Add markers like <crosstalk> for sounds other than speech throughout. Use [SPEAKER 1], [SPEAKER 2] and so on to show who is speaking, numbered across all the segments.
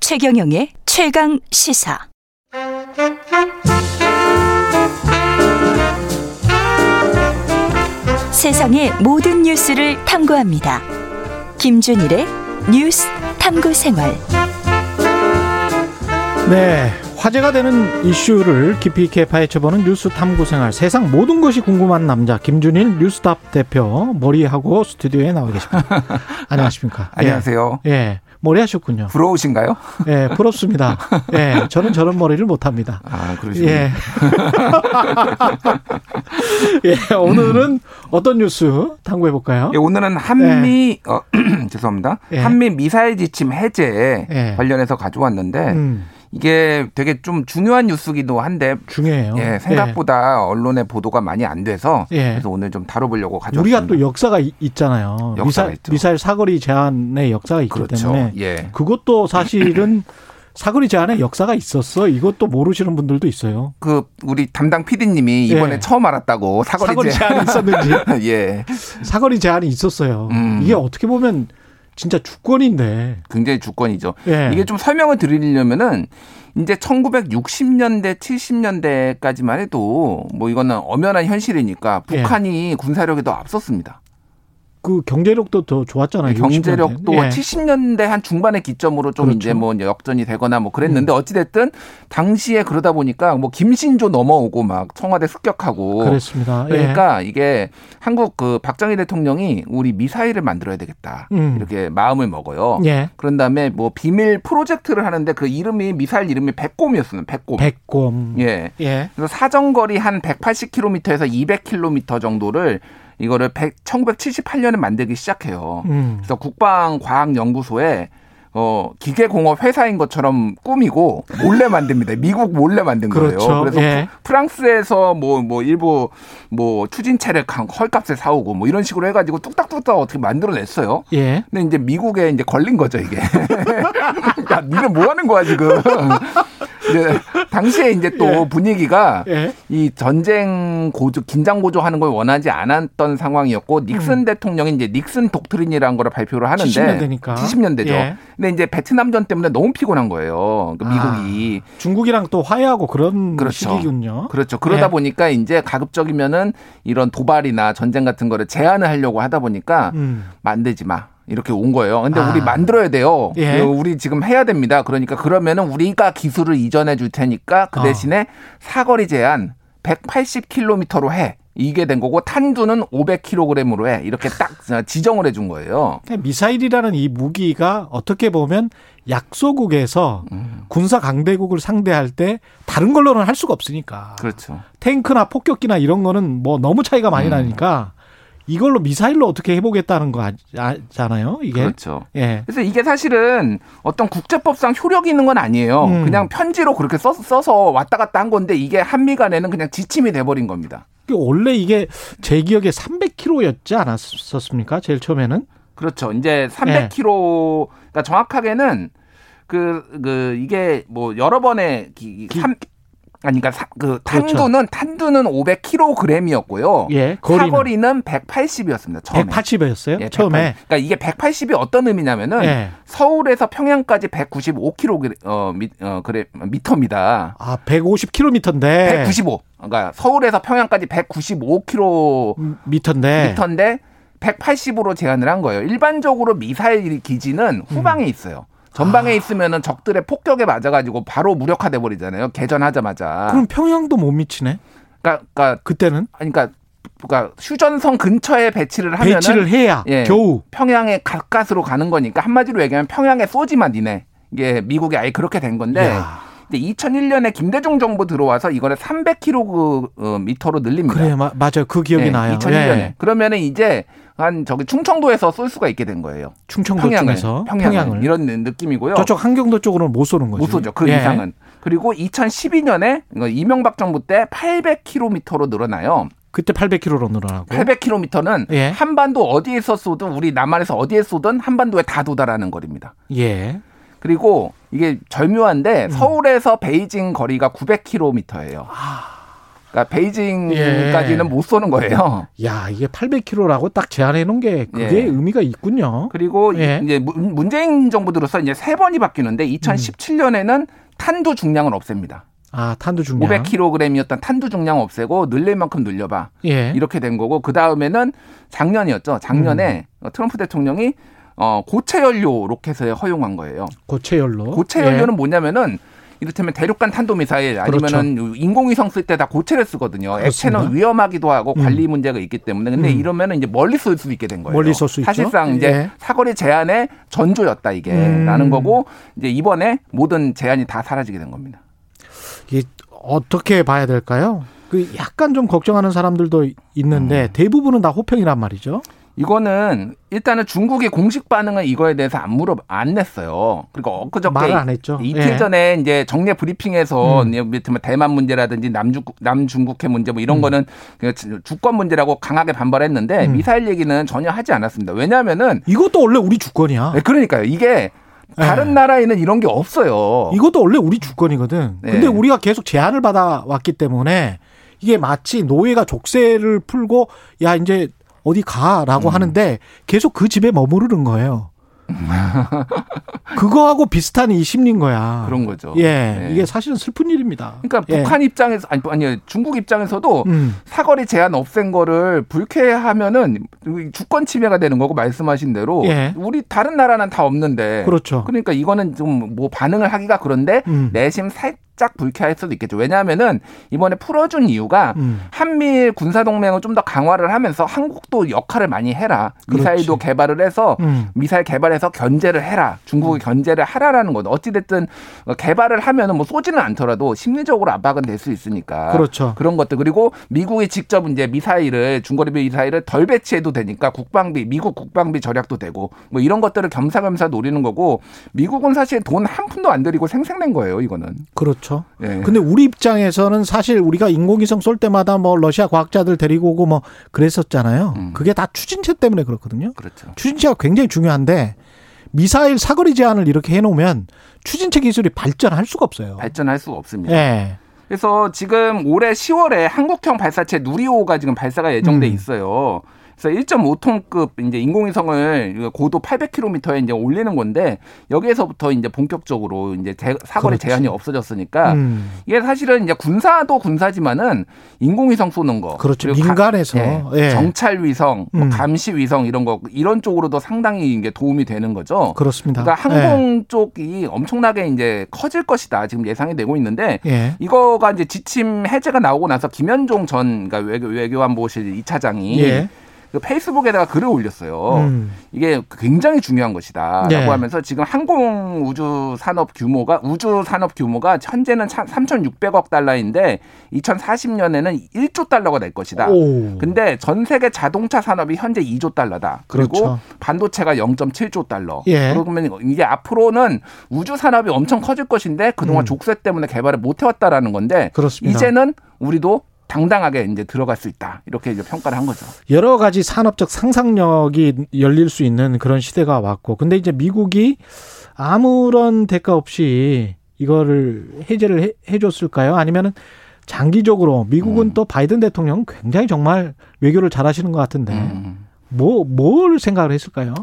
[SPEAKER 1] 최경영의 최강 시사. 세상의 모든 뉴스를 탐구합니다. 김준일의 뉴스 탐구 생활.
[SPEAKER 2] 네, 화제가 되는 이슈를 깊이 있게 파헤쳐보는 뉴스 탐구 생활. 세상 모든 것이 궁금한 남자 김준일 뉴스탑 대표 머리하고 스튜디오에 나와
[SPEAKER 3] <laughs>
[SPEAKER 2] 계십니다. 안녕하십니까?
[SPEAKER 3] 아, 안녕하세요.
[SPEAKER 2] 예, 예, 머리 하셨군요.
[SPEAKER 3] 부러우신가요?
[SPEAKER 2] 예,
[SPEAKER 3] <laughs>
[SPEAKER 2] 부럽습니다. 예, 저는 저런 머리를 못합니다.
[SPEAKER 3] 아, 그러시군요. <laughs>
[SPEAKER 2] 예. <laughs> 예, 오늘은 어떤 뉴스 탐구해 볼까요?
[SPEAKER 3] 예, 오늘은 한미 어, <clears throat> 죄송합니다.
[SPEAKER 2] 예.
[SPEAKER 3] 한미 미사일 지침 해제
[SPEAKER 2] 예.
[SPEAKER 3] 관련해서 가져왔는데
[SPEAKER 2] 음,
[SPEAKER 3] 이게 되게 좀 중요한 뉴스기도 한데
[SPEAKER 2] 중요해요.
[SPEAKER 3] 예, 생각보다 언론의 보도가 많이 안 돼서
[SPEAKER 2] 예.
[SPEAKER 3] 그래서 오늘 좀 다뤄보려고 가져왔습니다.
[SPEAKER 2] 우리가 또 역사가 이- 있잖아요.
[SPEAKER 3] 역사가
[SPEAKER 2] 미사,
[SPEAKER 3] 있죠.
[SPEAKER 2] 미사일 사거리 제한의 역사가 있기
[SPEAKER 3] 그렇죠.
[SPEAKER 2] 때문에
[SPEAKER 3] 예.
[SPEAKER 2] 그것도 사실은 <clears throat> 사거리 제한의 역사가 있었어. 이것도 모르시는 분들도 있어요.
[SPEAKER 3] 그 우리 담당 PD님이 이번에
[SPEAKER 2] 예.
[SPEAKER 3] 처음 알았다고 사거리,
[SPEAKER 2] 사거리
[SPEAKER 3] 제한.
[SPEAKER 2] 제한이
[SPEAKER 3] <laughs>
[SPEAKER 2] 있었는지
[SPEAKER 3] 예,
[SPEAKER 2] 사거리 제한이 있었어요.
[SPEAKER 3] 음.
[SPEAKER 2] 이게 어떻게 보면 진짜 주권인데.
[SPEAKER 3] 굉장히 주권이죠.
[SPEAKER 2] 예.
[SPEAKER 3] 이게 좀 설명을 드리려면은 이제 1960년대, 70년대까지만 해도 뭐 이거는 엄연한 현실이니까
[SPEAKER 2] 예.
[SPEAKER 3] 북한이 군사력이 더 앞섰습니다.
[SPEAKER 2] 그 경제력도 더 좋았잖아요. 60년대.
[SPEAKER 3] 경제력도
[SPEAKER 2] 예.
[SPEAKER 3] 70년대 한 중반의 기점으로 좀
[SPEAKER 2] 그렇죠. 음.
[SPEAKER 3] 이제 뭐 역전이 되거나 뭐 그랬는데 어찌됐든 당시에 그러다 보니까 뭐 김신조 넘어오고 막 청와대 습격하고
[SPEAKER 2] 그랬습니다. 예.
[SPEAKER 3] 그러니까 이게 한국 그 박정희 대통령이 우리 미사일을 만들어야 되겠다
[SPEAKER 2] 음.
[SPEAKER 3] 이렇게 마음을 먹어요.
[SPEAKER 2] 예.
[SPEAKER 3] 그런 다음에 뭐 비밀 프로젝트를 하는데 그 이름이 미사일 이름이 백곰이었어요. 백곰.
[SPEAKER 2] 백곰. 예.
[SPEAKER 3] 예. 그래서 사정거리 한 180km에서 200km 정도를 이거를 100, 1978년에 만들기 시작해요.
[SPEAKER 2] 음.
[SPEAKER 3] 그래서 국방과학연구소에 어 기계공업 회사인 것처럼 꾸미고 몰래 만듭니다. 미국 몰래 만든 거예요.
[SPEAKER 2] 그렇죠.
[SPEAKER 3] 그래서
[SPEAKER 2] 예.
[SPEAKER 3] 프- 프랑스에서 뭐 뭐 일부 뭐 추진체를 강- 헐값에 사오고 뭐 이런 식으로 해가지고 뚝딱뚝딱 어떻게 만들어냈어요.
[SPEAKER 2] 예.
[SPEAKER 3] 근데 이제 미국에 이제 걸린 거죠 이게. <laughs> 야, 니네 뭐 하는 거야 지금? 이제 당시에 이제 또
[SPEAKER 2] 예.
[SPEAKER 3] 분위기가
[SPEAKER 2] 예.
[SPEAKER 3] 이 전쟁 고조, 긴장 고조하는 걸 원하지 않았던 상황이었고 닉슨 대통령이 이제 닉슨 독트린이라는 걸 발표를 하는데
[SPEAKER 2] 음. 70년대니까.
[SPEAKER 3] 70년대죠.
[SPEAKER 2] 예. 아.
[SPEAKER 3] 근데 이제 베트남 전 때문에 너무 피곤한 거예요. 그 미국이
[SPEAKER 2] 중국이랑 또 화해하고 그런
[SPEAKER 3] 그렇죠.
[SPEAKER 2] 시기군요.
[SPEAKER 3] 그렇죠. 그러다
[SPEAKER 2] 예.
[SPEAKER 3] 보니까 이제 가급적이면은 이런 도발이나 전쟁 같은 거를 제한을 하려고 하다 보니까
[SPEAKER 2] 음.
[SPEAKER 3] 만들지 마. 이렇게 온 거예요. 근데
[SPEAKER 2] 아.
[SPEAKER 3] 우리 만들어야 돼요.
[SPEAKER 2] 예.
[SPEAKER 3] 이거 우리 지금 해야 됩니다. 그러니까 그러면은 우리가 기술을 이전해 줄 테니까 그
[SPEAKER 2] 어.
[SPEAKER 3] 대신에 사거리 제한 180km로 해. 이게 된 거고 탄두는 500kg으로 해. 이렇게 딱 지정을 해 준 거예요.
[SPEAKER 2] 그냥 그러니까 미사일이라는 이 무기가 어떻게 보면 약소국에서
[SPEAKER 3] 음.
[SPEAKER 2] 군사 강대국을 상대할 때 다른 걸로는 할 수가 없으니까
[SPEAKER 3] 그렇죠.
[SPEAKER 2] 탱크나 폭격기나 이런 거는 뭐 너무 차이가 많이
[SPEAKER 3] 음.
[SPEAKER 2] 나니까 이걸로 미사일로 어떻게 해보겠다는 거잖아요 이게
[SPEAKER 3] 그렇죠.
[SPEAKER 2] 예
[SPEAKER 3] 그래서 이게 사실은 어떤 국제법상 효력이 있는 건 아니에요.
[SPEAKER 2] 음.
[SPEAKER 3] 그냥 편지로 그렇게 써, 서 왔다 갔다 한 건데 이게 한미 간에는 그냥 지침이 돼버린 겁니다.
[SPEAKER 2] 이게 그 원래 이게 제 기억에 300km였지 않았었습니까 제일 처음에는
[SPEAKER 3] 그렇죠. 이제
[SPEAKER 2] 네.
[SPEAKER 3] 300km, 그러니까 정확하게는 그, 그, 이게 뭐 여러 번의 기,
[SPEAKER 2] 기-
[SPEAKER 3] 삼, 아니, 그러니까 사- 그
[SPEAKER 2] 그렇죠.
[SPEAKER 3] 탄두는, 탄두는 500kg이었고요.
[SPEAKER 2] 예 거리는
[SPEAKER 3] 사거리는 180이었습니다. 처음에.
[SPEAKER 2] 180이었어요
[SPEAKER 3] 예, 180.
[SPEAKER 2] 처음에
[SPEAKER 3] 그러니까 이게 180이 어떤 의미냐면은
[SPEAKER 2] 예.
[SPEAKER 3] 서울에서 평양까지 195km, 어, 미, 어, 그래, 미터입니다.
[SPEAKER 2] 아 150km인데
[SPEAKER 3] 195. 그러니까 서울에서 평양까지 195km
[SPEAKER 2] 음, 190m인데
[SPEAKER 3] 미터인데 180으로 제한을 한 거예요. 일반적으로 미사일
[SPEAKER 2] 음.
[SPEAKER 3] 기지는 후방에 있어요.
[SPEAKER 2] 아.
[SPEAKER 3] 전방에 있으면은 적들의 폭격에 맞아가지고 바로 무력화돼 버리잖아요. 개전하자마자.
[SPEAKER 2] 그럼 평양도 못 미치네
[SPEAKER 3] 그러니까, 그러니까,
[SPEAKER 2] 그때는
[SPEAKER 3] 그러니까, 그러니까 휴전선 근처에 배치를 하면은
[SPEAKER 2] 배치를 해야
[SPEAKER 3] 예.
[SPEAKER 2] 겨우
[SPEAKER 3] 평양에 가까스로 가는 거니까 한마디로 얘기하면 평양에 쏘지만 니네. 이게 미국이 아예 그렇게 된 건데.
[SPEAKER 2] 야,
[SPEAKER 3] 근데 2001년에 김대중 정부 들어와서 이거를 300km로 늘립니다.
[SPEAKER 2] 그래 마, 맞아요 그 기억이
[SPEAKER 3] 예,
[SPEAKER 2] 나요
[SPEAKER 3] 2001년에.
[SPEAKER 2] 예.
[SPEAKER 3] 그러면은 이제 한 저기 충청도에서 쏠 수가 있게 된 거예요.
[SPEAKER 2] 충청도
[SPEAKER 3] 평양을,
[SPEAKER 2] 쪽에서
[SPEAKER 3] 평양을,
[SPEAKER 2] 평양을,
[SPEAKER 3] 이런 느낌이고요.
[SPEAKER 2] 저쪽 한경도 쪽으로는 못 쏘는 거죠
[SPEAKER 3] 못 쏘죠. 그
[SPEAKER 2] 예.
[SPEAKER 3] 이상은. 그리고 2012년에 이명박 정부 때 800km로 늘어나요.
[SPEAKER 2] 그때 800km로 늘어나고
[SPEAKER 3] 네. 800km는
[SPEAKER 2] 예.
[SPEAKER 3] 한반도 어디에서 쏘든 우리 남한에서 어디에 쏘든 한반도에 다 도달하는 거리입니다.
[SPEAKER 2] 예
[SPEAKER 3] 그리고
[SPEAKER 2] 음.
[SPEAKER 3] 이게 절묘한데 서울에서 베이징 거리가 900km예요. 그러니까 베이징까지는
[SPEAKER 2] 아. 예.
[SPEAKER 3] 못 쏘는 거예요.
[SPEAKER 2] 야, 이게 800km라고 딱 제한해 놓은 게 그게
[SPEAKER 3] 예.
[SPEAKER 2] 의미가 있군요.
[SPEAKER 3] 그리고 이-
[SPEAKER 2] 예.
[SPEAKER 3] 이제 문- 문재인 정부 들어서 이제 세 번이 바뀌는데 2017년에는 탄두 중량을 없앱니다.
[SPEAKER 2] 아, 탄두 중량.
[SPEAKER 3] 500kg이었던 탄두 중량 없애고 늘릴 만큼 늘려봐.
[SPEAKER 2] 예.
[SPEAKER 3] 이렇게 된 거고 그 다음에는 작년이었죠. 작년에
[SPEAKER 2] 음.
[SPEAKER 3] 트럼프 대통령이 어, 고체 연료 로켓에 허용한 거예요.
[SPEAKER 2] 고체 연료.
[SPEAKER 3] 고체
[SPEAKER 2] 예.
[SPEAKER 3] 연료는 뭐냐면은 이를테면 대륙간 탄도 미사일 아니면은 인공위성 쓸 때 다 고체를 쓰거든요.
[SPEAKER 2] 그렇죠. 그렇습니다.
[SPEAKER 3] 액체는 위험하기도 하고
[SPEAKER 2] 음.
[SPEAKER 3] 관리 문제가 있기 때문에 근데
[SPEAKER 2] 음. 이러면은
[SPEAKER 3] 이러면은 이제 멀리 쏠 수 있게 된 거예요.
[SPEAKER 2] 멀리 쏠수 있죠.
[SPEAKER 3] 사실상 이제
[SPEAKER 2] 예.
[SPEAKER 3] 사거리 제한의 전조였다 이게
[SPEAKER 2] 음.
[SPEAKER 3] 라는 거고 이제 이번에 모든 제한이 다 사라지게 된 겁니다.
[SPEAKER 2] 예. 이게 어떻게 봐야 될까요? 그 약간 좀 걱정하는 사람들도 있는데
[SPEAKER 3] 음.
[SPEAKER 2] 대부분은 다 호평이란 말이죠.
[SPEAKER 3] 이거는 일단은 중국의 공식 반응은 이거에 대해서 안 물어 안 냈어요. 그러니까 엊그저께
[SPEAKER 2] 말을 안 했죠.
[SPEAKER 3] 이틀
[SPEAKER 2] 예.
[SPEAKER 3] 전에 이제 정례 브리핑에서
[SPEAKER 2] 음.
[SPEAKER 3] 이제 밑에 뭐 대만 문제라든지 남중 남중국해 문제 뭐 이런 거는 그냥 주- 주권 문제라고 강하게 반발했는데
[SPEAKER 2] 음.
[SPEAKER 3] 미사일 얘기는 전혀 하지 않았습니다. 왜냐하면은
[SPEAKER 2] 이것도 원래 우리 주권이야.
[SPEAKER 3] 네, 그러니까요 이게 다른
[SPEAKER 2] 예.
[SPEAKER 3] 나라에는 이런 게 없어요.
[SPEAKER 2] 이것도 원래 우리 주권이거든.
[SPEAKER 3] 네.
[SPEAKER 2] 근데 우리가 계속 제한을 받아왔기 때문에 이게 마치 노예가 족쇄를 풀고 야 이제 어디 가라고
[SPEAKER 3] 음.
[SPEAKER 2] 하는데 계속 그 집에 머무르는
[SPEAKER 3] <laughs>
[SPEAKER 2] 거예요. 그거하고 비슷한 이 심리인 거야.
[SPEAKER 3] 그런 거죠.
[SPEAKER 2] 예,
[SPEAKER 3] 예.
[SPEAKER 2] 이게 사실은 슬픈 일입니다.
[SPEAKER 3] 그러니까
[SPEAKER 2] 예.
[SPEAKER 3] 북한 입장에서 아니 아니 중국 입장에서도
[SPEAKER 2] 음.
[SPEAKER 3] 사거리 제한 없앤 거를 불쾌하면은 주권 침해가 되는 거고 말씀하신 대로
[SPEAKER 2] 예.
[SPEAKER 3] 우리 다른 나라는 다 없는데
[SPEAKER 2] 그렇죠.
[SPEAKER 3] 러니까 어. 이거는 좀 뭐 반응을 하기가 그런데
[SPEAKER 2] 음.
[SPEAKER 3] 내심 살짝 불쾌할 수도 있겠죠. 왜냐하면은 이번에 풀어준 이유가
[SPEAKER 2] 음.
[SPEAKER 3] 한미일 군사 동맹을 좀 더 강화를 하면서 한국도 역할을 많이 해라. 미사일도
[SPEAKER 2] 그렇지.
[SPEAKER 3] 개발을 해서
[SPEAKER 2] 음.
[SPEAKER 3] 미사일 개발해서 견제를 해라. 중국이 견제를 하라라는 거죠. 어찌됐든 개발을 하면은 뭐 쏘지는 않더라도 심리적으로 압박은 될 수 있으니까.
[SPEAKER 2] 그렇죠.
[SPEAKER 3] 그런 것들 그리고 미국이 직접 이제 미사일을 중거리 미사일을 덜 배치해도 되니까 국방비 미국 국방비 절약도 되고 뭐 이런 것들을 겸사겸사 노리는 거고 미국은 사실 돈 한 푼도 안 들이고 생생낸 거예요 이거는.
[SPEAKER 2] 그렇죠.
[SPEAKER 3] 예.
[SPEAKER 2] 근데 우리 입장에서는 사실 우리가 인공위성 쏠 때마다 뭐 러시아 과학자들 데리고 오고 뭐 그랬었잖아요.
[SPEAKER 3] 음.
[SPEAKER 2] 그게 다 추진체 때문에 그렇거든요.
[SPEAKER 3] 그렇죠.
[SPEAKER 2] 추진체가 굉장히 중요한데 미사일 사거리 제한을 이렇게 해놓으면 추진체 기술이 발전할 수가 없어요.
[SPEAKER 3] 발전할 수가 없습니다.
[SPEAKER 2] 예.
[SPEAKER 3] 그래서 지금 올해 10월에 한국형 발사체 누리호가 지금 발사가 예정돼
[SPEAKER 2] 음.
[SPEAKER 3] 있어요. 그래서 1.5톤급 이제 인공위성을 고도 800km에 이제 올리는 건데 여기에서부터 이제 본격적으로 이제 제- 사거리
[SPEAKER 2] 그렇지.
[SPEAKER 3] 제한이 없어졌으니까
[SPEAKER 2] 음.
[SPEAKER 3] 이게 사실은 이제 군사도 군사지만은 인공위성 쏘는 거.
[SPEAKER 2] 그렇죠.
[SPEAKER 3] 그리고 가-
[SPEAKER 2] 민간에서.
[SPEAKER 3] 예,
[SPEAKER 2] 예.
[SPEAKER 3] 정찰 위성, 뭐
[SPEAKER 2] 음.
[SPEAKER 3] 감시 위성 이런 거 이런 쪽으로도 상당히 이게 도움이 되는 거죠.
[SPEAKER 2] 그렇습니다. 예.
[SPEAKER 3] 그러니까 항공 쪽이 엄청나게 이제 커질 것이다 지금 예상이 되고 있는데
[SPEAKER 2] 예. 예.
[SPEAKER 3] 이거가 이제 지침 해제가 나오고 나서 김현종 전 그러니까 외교, 외교안보실 이차장이뭐
[SPEAKER 2] 예.
[SPEAKER 3] 그 페이스북에다가 글을 올렸어요.
[SPEAKER 2] 음.
[SPEAKER 3] 이게 굉장히 중요한 것이다라고
[SPEAKER 2] 네.
[SPEAKER 3] 하면서 지금 항공 우주 산업 규모가 우주 산업 규모가 현재는 차- 3,600억 달러인데 2040년에는 1조 달러가 될 것이다.
[SPEAKER 2] 오.
[SPEAKER 3] 그러니까 근데 전 세계 자동차 산업이 현재 2조 달러다. 그리고
[SPEAKER 2] 그렇죠.
[SPEAKER 3] 반도체가 0.7조 달러.
[SPEAKER 2] 예.
[SPEAKER 3] 그러면 이게 앞으로는 우주 산업이 엄청 커질 것인데 그동안
[SPEAKER 2] 음.
[SPEAKER 3] 족쇄 때문에 개발을 못 해왔다라는 건데
[SPEAKER 2] 그렇습니다.
[SPEAKER 3] 이제는 우리도 당당하게 이제 들어갈 수 있다. 이렇게 이제 평가를 한 거죠.
[SPEAKER 2] 여러 가지 산업적 상상력이 열릴 수 있는 그런 시대가 왔고 근데 이제 미국이 아무런 대가 없이 이거를 해제를 해, 해줬을까요? 아니면은 장기적으로 미국은
[SPEAKER 3] 음.
[SPEAKER 2] 또 바이든 대통령 굉장히 정말 외교를 잘하시는 것 같은데
[SPEAKER 3] 음.
[SPEAKER 2] 뭐 뭘 생각을 했을까요?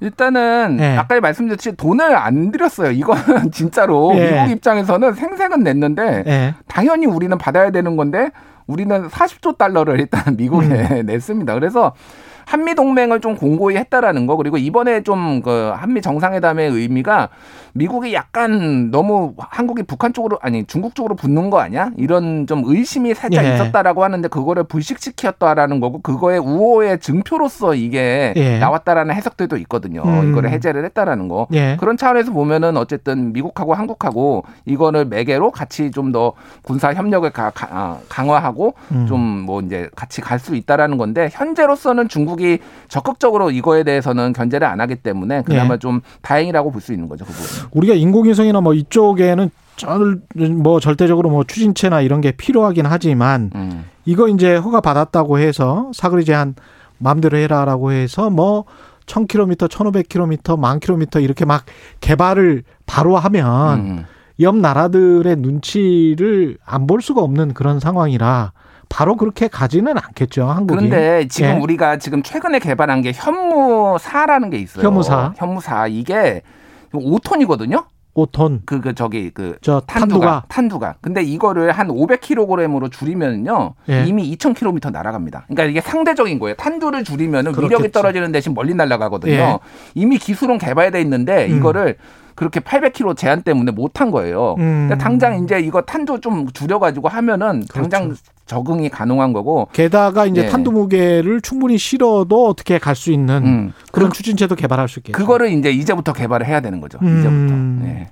[SPEAKER 3] 일단은
[SPEAKER 2] 예.
[SPEAKER 3] 아까 말씀드렸듯이 돈을 안 들였어요. 이거는 <laughs> 진짜로
[SPEAKER 2] 예.
[SPEAKER 3] 미국 입장에서는 생색은 냈는데 <laughs>
[SPEAKER 2] 예.
[SPEAKER 3] 당연히 우리는 받아야 되는 건데 우리는 40조 달러를 일단 <laughs> 미국에
[SPEAKER 2] 음.
[SPEAKER 3] 냈습니다. 그래서 한미 동맹을 좀 공고히 했다라는 거 그리고 이번에 좀 그 한미 정상회담의 의미가 미국이 약간 너무 한국이 북한 쪽으로 아니 중국 쪽으로 붙는 거 아니야? 이런 좀 의심이 살짝
[SPEAKER 2] 예.
[SPEAKER 3] 있었다라고 하는데 그거를 불식시켰다라는 거고 그거의 우호의 증표로서 이게
[SPEAKER 2] 예.
[SPEAKER 3] 나왔다라는 해석들도 있거든요.
[SPEAKER 2] 음.
[SPEAKER 3] 이거를 해제를 했다라는 거.
[SPEAKER 2] 예.
[SPEAKER 3] 그런 차원에서 보면은 어쨌든 미국하고 한국하고 이거를 매개로 같이 좀 더 군사 협력을 가- 가- 아, 강화하고
[SPEAKER 2] 음.
[SPEAKER 3] 좀 뭐 이제 같이 갈 수 있다라는 건데 현재로서는 중국이 적극적으로 이거에 대해서는 견제를 안 하기 때문에 그나마
[SPEAKER 2] 예.
[SPEAKER 3] 좀 다행이라고 볼 수 있는 거죠 그 부분.
[SPEAKER 2] 우리가 인공위성이나 뭐 이쪽에는 절, 뭐 절대적으로 뭐 추진체나 이런 게 필요하긴 하지만
[SPEAKER 3] 음.
[SPEAKER 2] 이거 이제 허가 받았다고 해서 사거리 제한 마음대로 해라라고 해서 뭐 1000km, 1500km, 10,000km 이렇게 막 개발을 바로 하면
[SPEAKER 3] 음.
[SPEAKER 2] 옆 나라들의 눈치를 안 볼 수가 없는 그런 상황이라 바로 그렇게 가지는 않겠죠 한국이.
[SPEAKER 3] 그런데 지금
[SPEAKER 2] 예.
[SPEAKER 3] 우리가 지금 최근에 개발한 게 현무사라는 게 있어요.
[SPEAKER 2] 현무사.
[SPEAKER 3] 현무사 이게 5톤이거든요.
[SPEAKER 2] 5톤
[SPEAKER 3] 그, 그, 저기, 그,
[SPEAKER 2] 저
[SPEAKER 3] 탄두가.
[SPEAKER 2] 탄두가
[SPEAKER 3] 탄두가. 근데 이거를 한 500kg으로 줄이면요.
[SPEAKER 2] 예.
[SPEAKER 3] 이미 2000km 날아갑니다. 그러니까 이게 상대적인 거예요. 탄두를 줄이면 은
[SPEAKER 2] 그렇겠죠.
[SPEAKER 3] 위력이 떨어지는 대신 멀리 날아가거든요.
[SPEAKER 2] 예.
[SPEAKER 3] 이미 기술은 개발돼 있는데
[SPEAKER 2] 음.
[SPEAKER 3] 이거를 그렇게 800km 제한 때문에 못한 거예요.
[SPEAKER 2] 음.
[SPEAKER 3] 근데 당장 이제 이거 탄두 좀 줄여가지고 하면은
[SPEAKER 2] 그렇죠.
[SPEAKER 3] 당장 적응이 가능한 거고.
[SPEAKER 2] 게다가 이제
[SPEAKER 3] 예.
[SPEAKER 2] 탄두 무게를 충분히 실어도 어떻게 갈 수 있는
[SPEAKER 3] 음.
[SPEAKER 2] 그런 추진체도 개발할 수 있겠죠.
[SPEAKER 3] 그거를 이제 이제부터 개발을 해야 되는 거죠.
[SPEAKER 2] 음.
[SPEAKER 3] 이제부터. 네.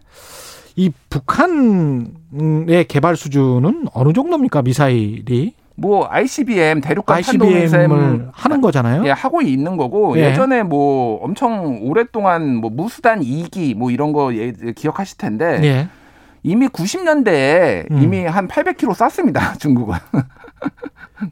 [SPEAKER 2] 이 북한의 개발 수준은 어느 정도입니까 미사일이
[SPEAKER 3] 뭐 ICBM 대륙간 뭐 탄도미사일
[SPEAKER 2] ICBM을 하는 거잖아요.
[SPEAKER 3] 예, 하고 있는 거고
[SPEAKER 2] 예.
[SPEAKER 3] 예. 전에뭐 엄청 오랫동안 뭐 무수단 2기 뭐 이런 거 예, 기억하실 텐데
[SPEAKER 2] 예.
[SPEAKER 3] 이미 90년대에
[SPEAKER 2] 음.
[SPEAKER 3] 이미 한 800km 쐈습니다 <laughs> 중국은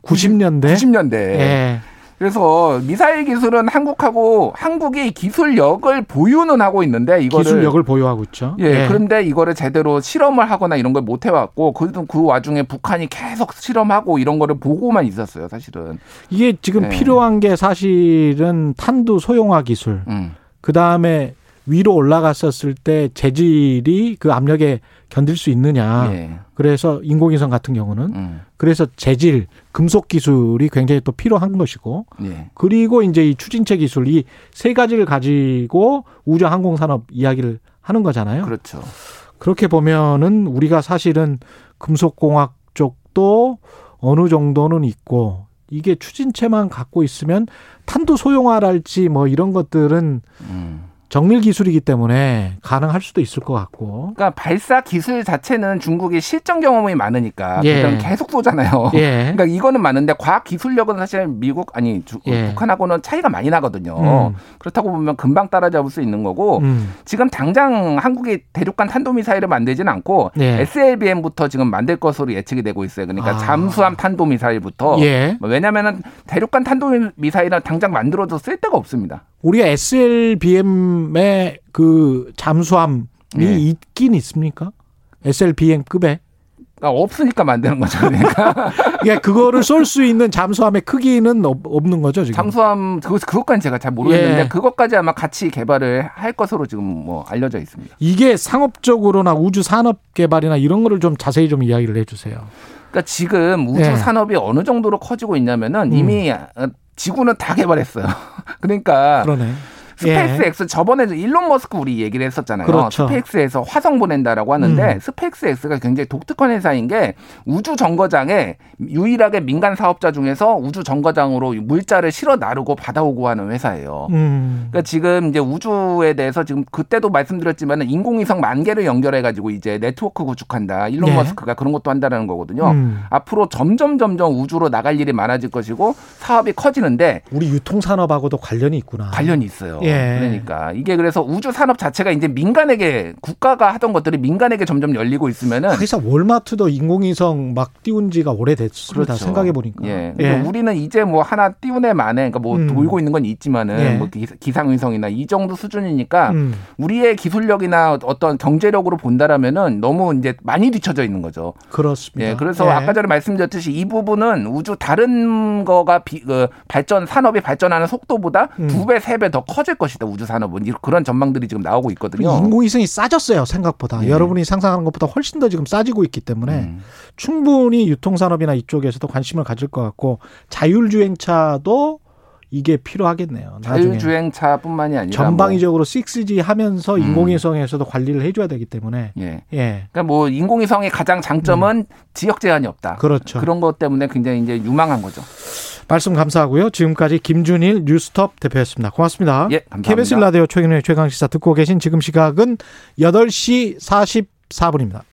[SPEAKER 2] 90년대.
[SPEAKER 3] 90년대
[SPEAKER 2] 네? 예.
[SPEAKER 3] 그래서 미사일 기술은 한국하고 한국이 기술력을 보유는 하고 있는데 이거를
[SPEAKER 2] 기술력을 보유하고 있죠.
[SPEAKER 3] 예, 그런데 이거를 제대로 실험을 하거나 이런 걸 못 해왔고 그, 그 와중에 북한이 계속 실험하고 이런 거를 보고만 있었어요 사실은
[SPEAKER 2] 이게 지금
[SPEAKER 3] 예.
[SPEAKER 2] 필요한 게 사실은 탄두 소형화 기술.
[SPEAKER 3] 음.
[SPEAKER 2] 그 다음에 위로 올라갔었을 때 재질이 그 압력에 견딜 수 있느냐.
[SPEAKER 3] 예.
[SPEAKER 2] 그래서 인공위성 같은 경우는
[SPEAKER 3] 음.
[SPEAKER 2] 그래서 재질, 금속 기술이 굉장히 또 필요한 것이고
[SPEAKER 3] 예.
[SPEAKER 2] 그리고 이제 이 추진체 기술 이 세 가지를 가지고 우주 항공 산업 이야기를 하는 거잖아요.
[SPEAKER 3] 그렇죠
[SPEAKER 2] 그렇게 보면은 우리가 사실은 금속공학 쪽도 어느 정도는 있고 이게 추진체만 갖고 있으면 탄두 소용화랄지 뭐 이런 것들은
[SPEAKER 3] 음.
[SPEAKER 2] 정밀 기술이기 때문에 가능할 수도 있을 것 같고.
[SPEAKER 3] 그러니까 발사 기술 자체는 중국이 실전 경험이 많으니까
[SPEAKER 2] 예.
[SPEAKER 3] 그냥 계속 쏘잖아요.
[SPEAKER 2] 예.
[SPEAKER 3] <laughs> 그러니까 이거는 맞는데 과학 기술력은 사실 미국 아니 주-
[SPEAKER 2] 예.
[SPEAKER 3] 북한하고는 차이가 많이 나거든요.
[SPEAKER 2] 음.
[SPEAKER 3] 그렇다고 보면 금방 따라잡을 수 있는 거고
[SPEAKER 2] 음.
[SPEAKER 3] 지금 당장 한국이 대륙간 탄도미사일을 만들진 않고
[SPEAKER 2] 예.
[SPEAKER 3] SLBM부터 지금 만들 것으로 예측이 되고 있어요. 그러니까
[SPEAKER 2] 아.
[SPEAKER 3] 잠수함 탄도미사일부터 뭐
[SPEAKER 2] 예.
[SPEAKER 3] 왜냐하면 대륙간 탄도미사일은 당장 만들어도 쓸 데가 없습니다.
[SPEAKER 2] 우리가 SLBM의 그 잠수함이
[SPEAKER 3] 예.
[SPEAKER 2] 있긴 있습니까? SLBM급에.
[SPEAKER 3] 그러니까 없으니까 만드는 거죠. 그러니까
[SPEAKER 2] 그러니까 그거를 쏠 수 있는 잠수함의 크기는 없- 없는 거죠, 지금.
[SPEAKER 3] 잠수함 그것 그것까지 제가 잘 모르겠는데
[SPEAKER 2] 예.
[SPEAKER 3] 그것까지 아마 같이 개발을 할 것으로 지금 뭐 알려져 있습니다.
[SPEAKER 2] 이게 상업적으로나 우주 산업 개발이나 이런 거를 좀 자세히 좀 이야기를 해주세요.
[SPEAKER 3] 그러니까 지금 우주
[SPEAKER 2] 예.
[SPEAKER 3] 산업이 어느 정도로 커지고 있냐면은 이미 어, 지구는 다 개발했어요. <laughs> 그러니까
[SPEAKER 2] 그러네.
[SPEAKER 3] 스페이스X 저번에 일론 머스크 우리 얘기를 했었잖아요.
[SPEAKER 2] 그렇죠.
[SPEAKER 3] 스페이스에서 화성 보낸다라고 하는데
[SPEAKER 2] 음.
[SPEAKER 3] 스페이스X가 굉장히 독특한 회사인 게 우주 정거장에 유일하게 민간 사업자 중에서 우주 정거장으로 물자를 실어 나르고 받아오고 하는 회사예요.
[SPEAKER 2] 음.
[SPEAKER 3] 그러니까 지금 이제 우주에 대해서 지금 그때도 말씀드렸지만 인공위성 만 개를 연결해 가지고 이제 네트워크 구축한다. 일론
[SPEAKER 2] 예.
[SPEAKER 3] 머스크가 그런 것도 한다라는 거거든요.
[SPEAKER 2] 음.
[SPEAKER 3] 앞으로 점점 점점 우주로 나갈 일이 많아질 것이고 사업이 커지는데
[SPEAKER 2] 우리 유통 산업하고도 관련이 있구나.
[SPEAKER 3] 관련이 있어요.
[SPEAKER 2] 아. 예.
[SPEAKER 3] 그러니까 이게 그래서 우주 산업 자체가 이제 민간에게 국가가 하던 것들이 민간에게 점점 열리고 있으면은
[SPEAKER 2] 사실상 월마트도 인공위성 막 띄운 지가 오래됐습니다.
[SPEAKER 3] 그렇죠.
[SPEAKER 2] 생각해 보니까.
[SPEAKER 3] 예. 그러니까 우리는 이제 뭐 하나 띄우네 만에 그러니까 뭐
[SPEAKER 2] 음.
[SPEAKER 3] 돌고 있는 건 있지만은
[SPEAKER 2] 예.
[SPEAKER 3] 뭐 기- 기상위성이나 이 정도 수준이니까
[SPEAKER 2] 음.
[SPEAKER 3] 우리의 기술력이나 어떤 경제력으로 본다라면은 너무 이제 많이 뒤쳐져 있는 거죠.
[SPEAKER 2] 그렇습니다.
[SPEAKER 3] 예, 그래서
[SPEAKER 2] 예.
[SPEAKER 3] 아까 전에 말씀드렸듯이 이 부분은 우주 다른 거가 비, 그 발전 산업이 발전하는 속도보다
[SPEAKER 2] 음.
[SPEAKER 3] 두 배, 세 배 더 커질 것이다 우주 산업은 이- 그런 전망들이 지금 나오고 있거든요.
[SPEAKER 2] 인공위성이 싸졌어요 생각보다
[SPEAKER 3] 예.
[SPEAKER 2] 여러분이 상상하는 것보다 훨씬 더 지금 싸지고 있기 때문에
[SPEAKER 3] 음.
[SPEAKER 2] 충분히 유통산업이나 이쪽에서도 관심을 가질 것 같고 자율주행차도 이게 필요하겠네요. 나중에.
[SPEAKER 3] 자율주행차뿐만이 아니라 뭐
[SPEAKER 2] 전방위적으로 6G 하면서
[SPEAKER 3] 음.
[SPEAKER 2] 인공위성에서도 관리를 해줘야 되기 때문에
[SPEAKER 3] 뭐, 예.
[SPEAKER 2] 예
[SPEAKER 3] 그러니까 뭐 인공위성의 가장 장점은 지역 제한이 없다.
[SPEAKER 2] 음. 그렇죠.
[SPEAKER 3] 아, 그런 것 때문에 굉장히 이제 유망한 거죠.
[SPEAKER 2] 말씀 감사하고요. 지금까지 김준일 뉴스톱 대표였습니다. 고맙습니다.
[SPEAKER 3] 예, 감사합니다.
[SPEAKER 2] KBS 라디오 최근의 최강 시사 듣고 계신 지금 시각은 8시 44분입니다.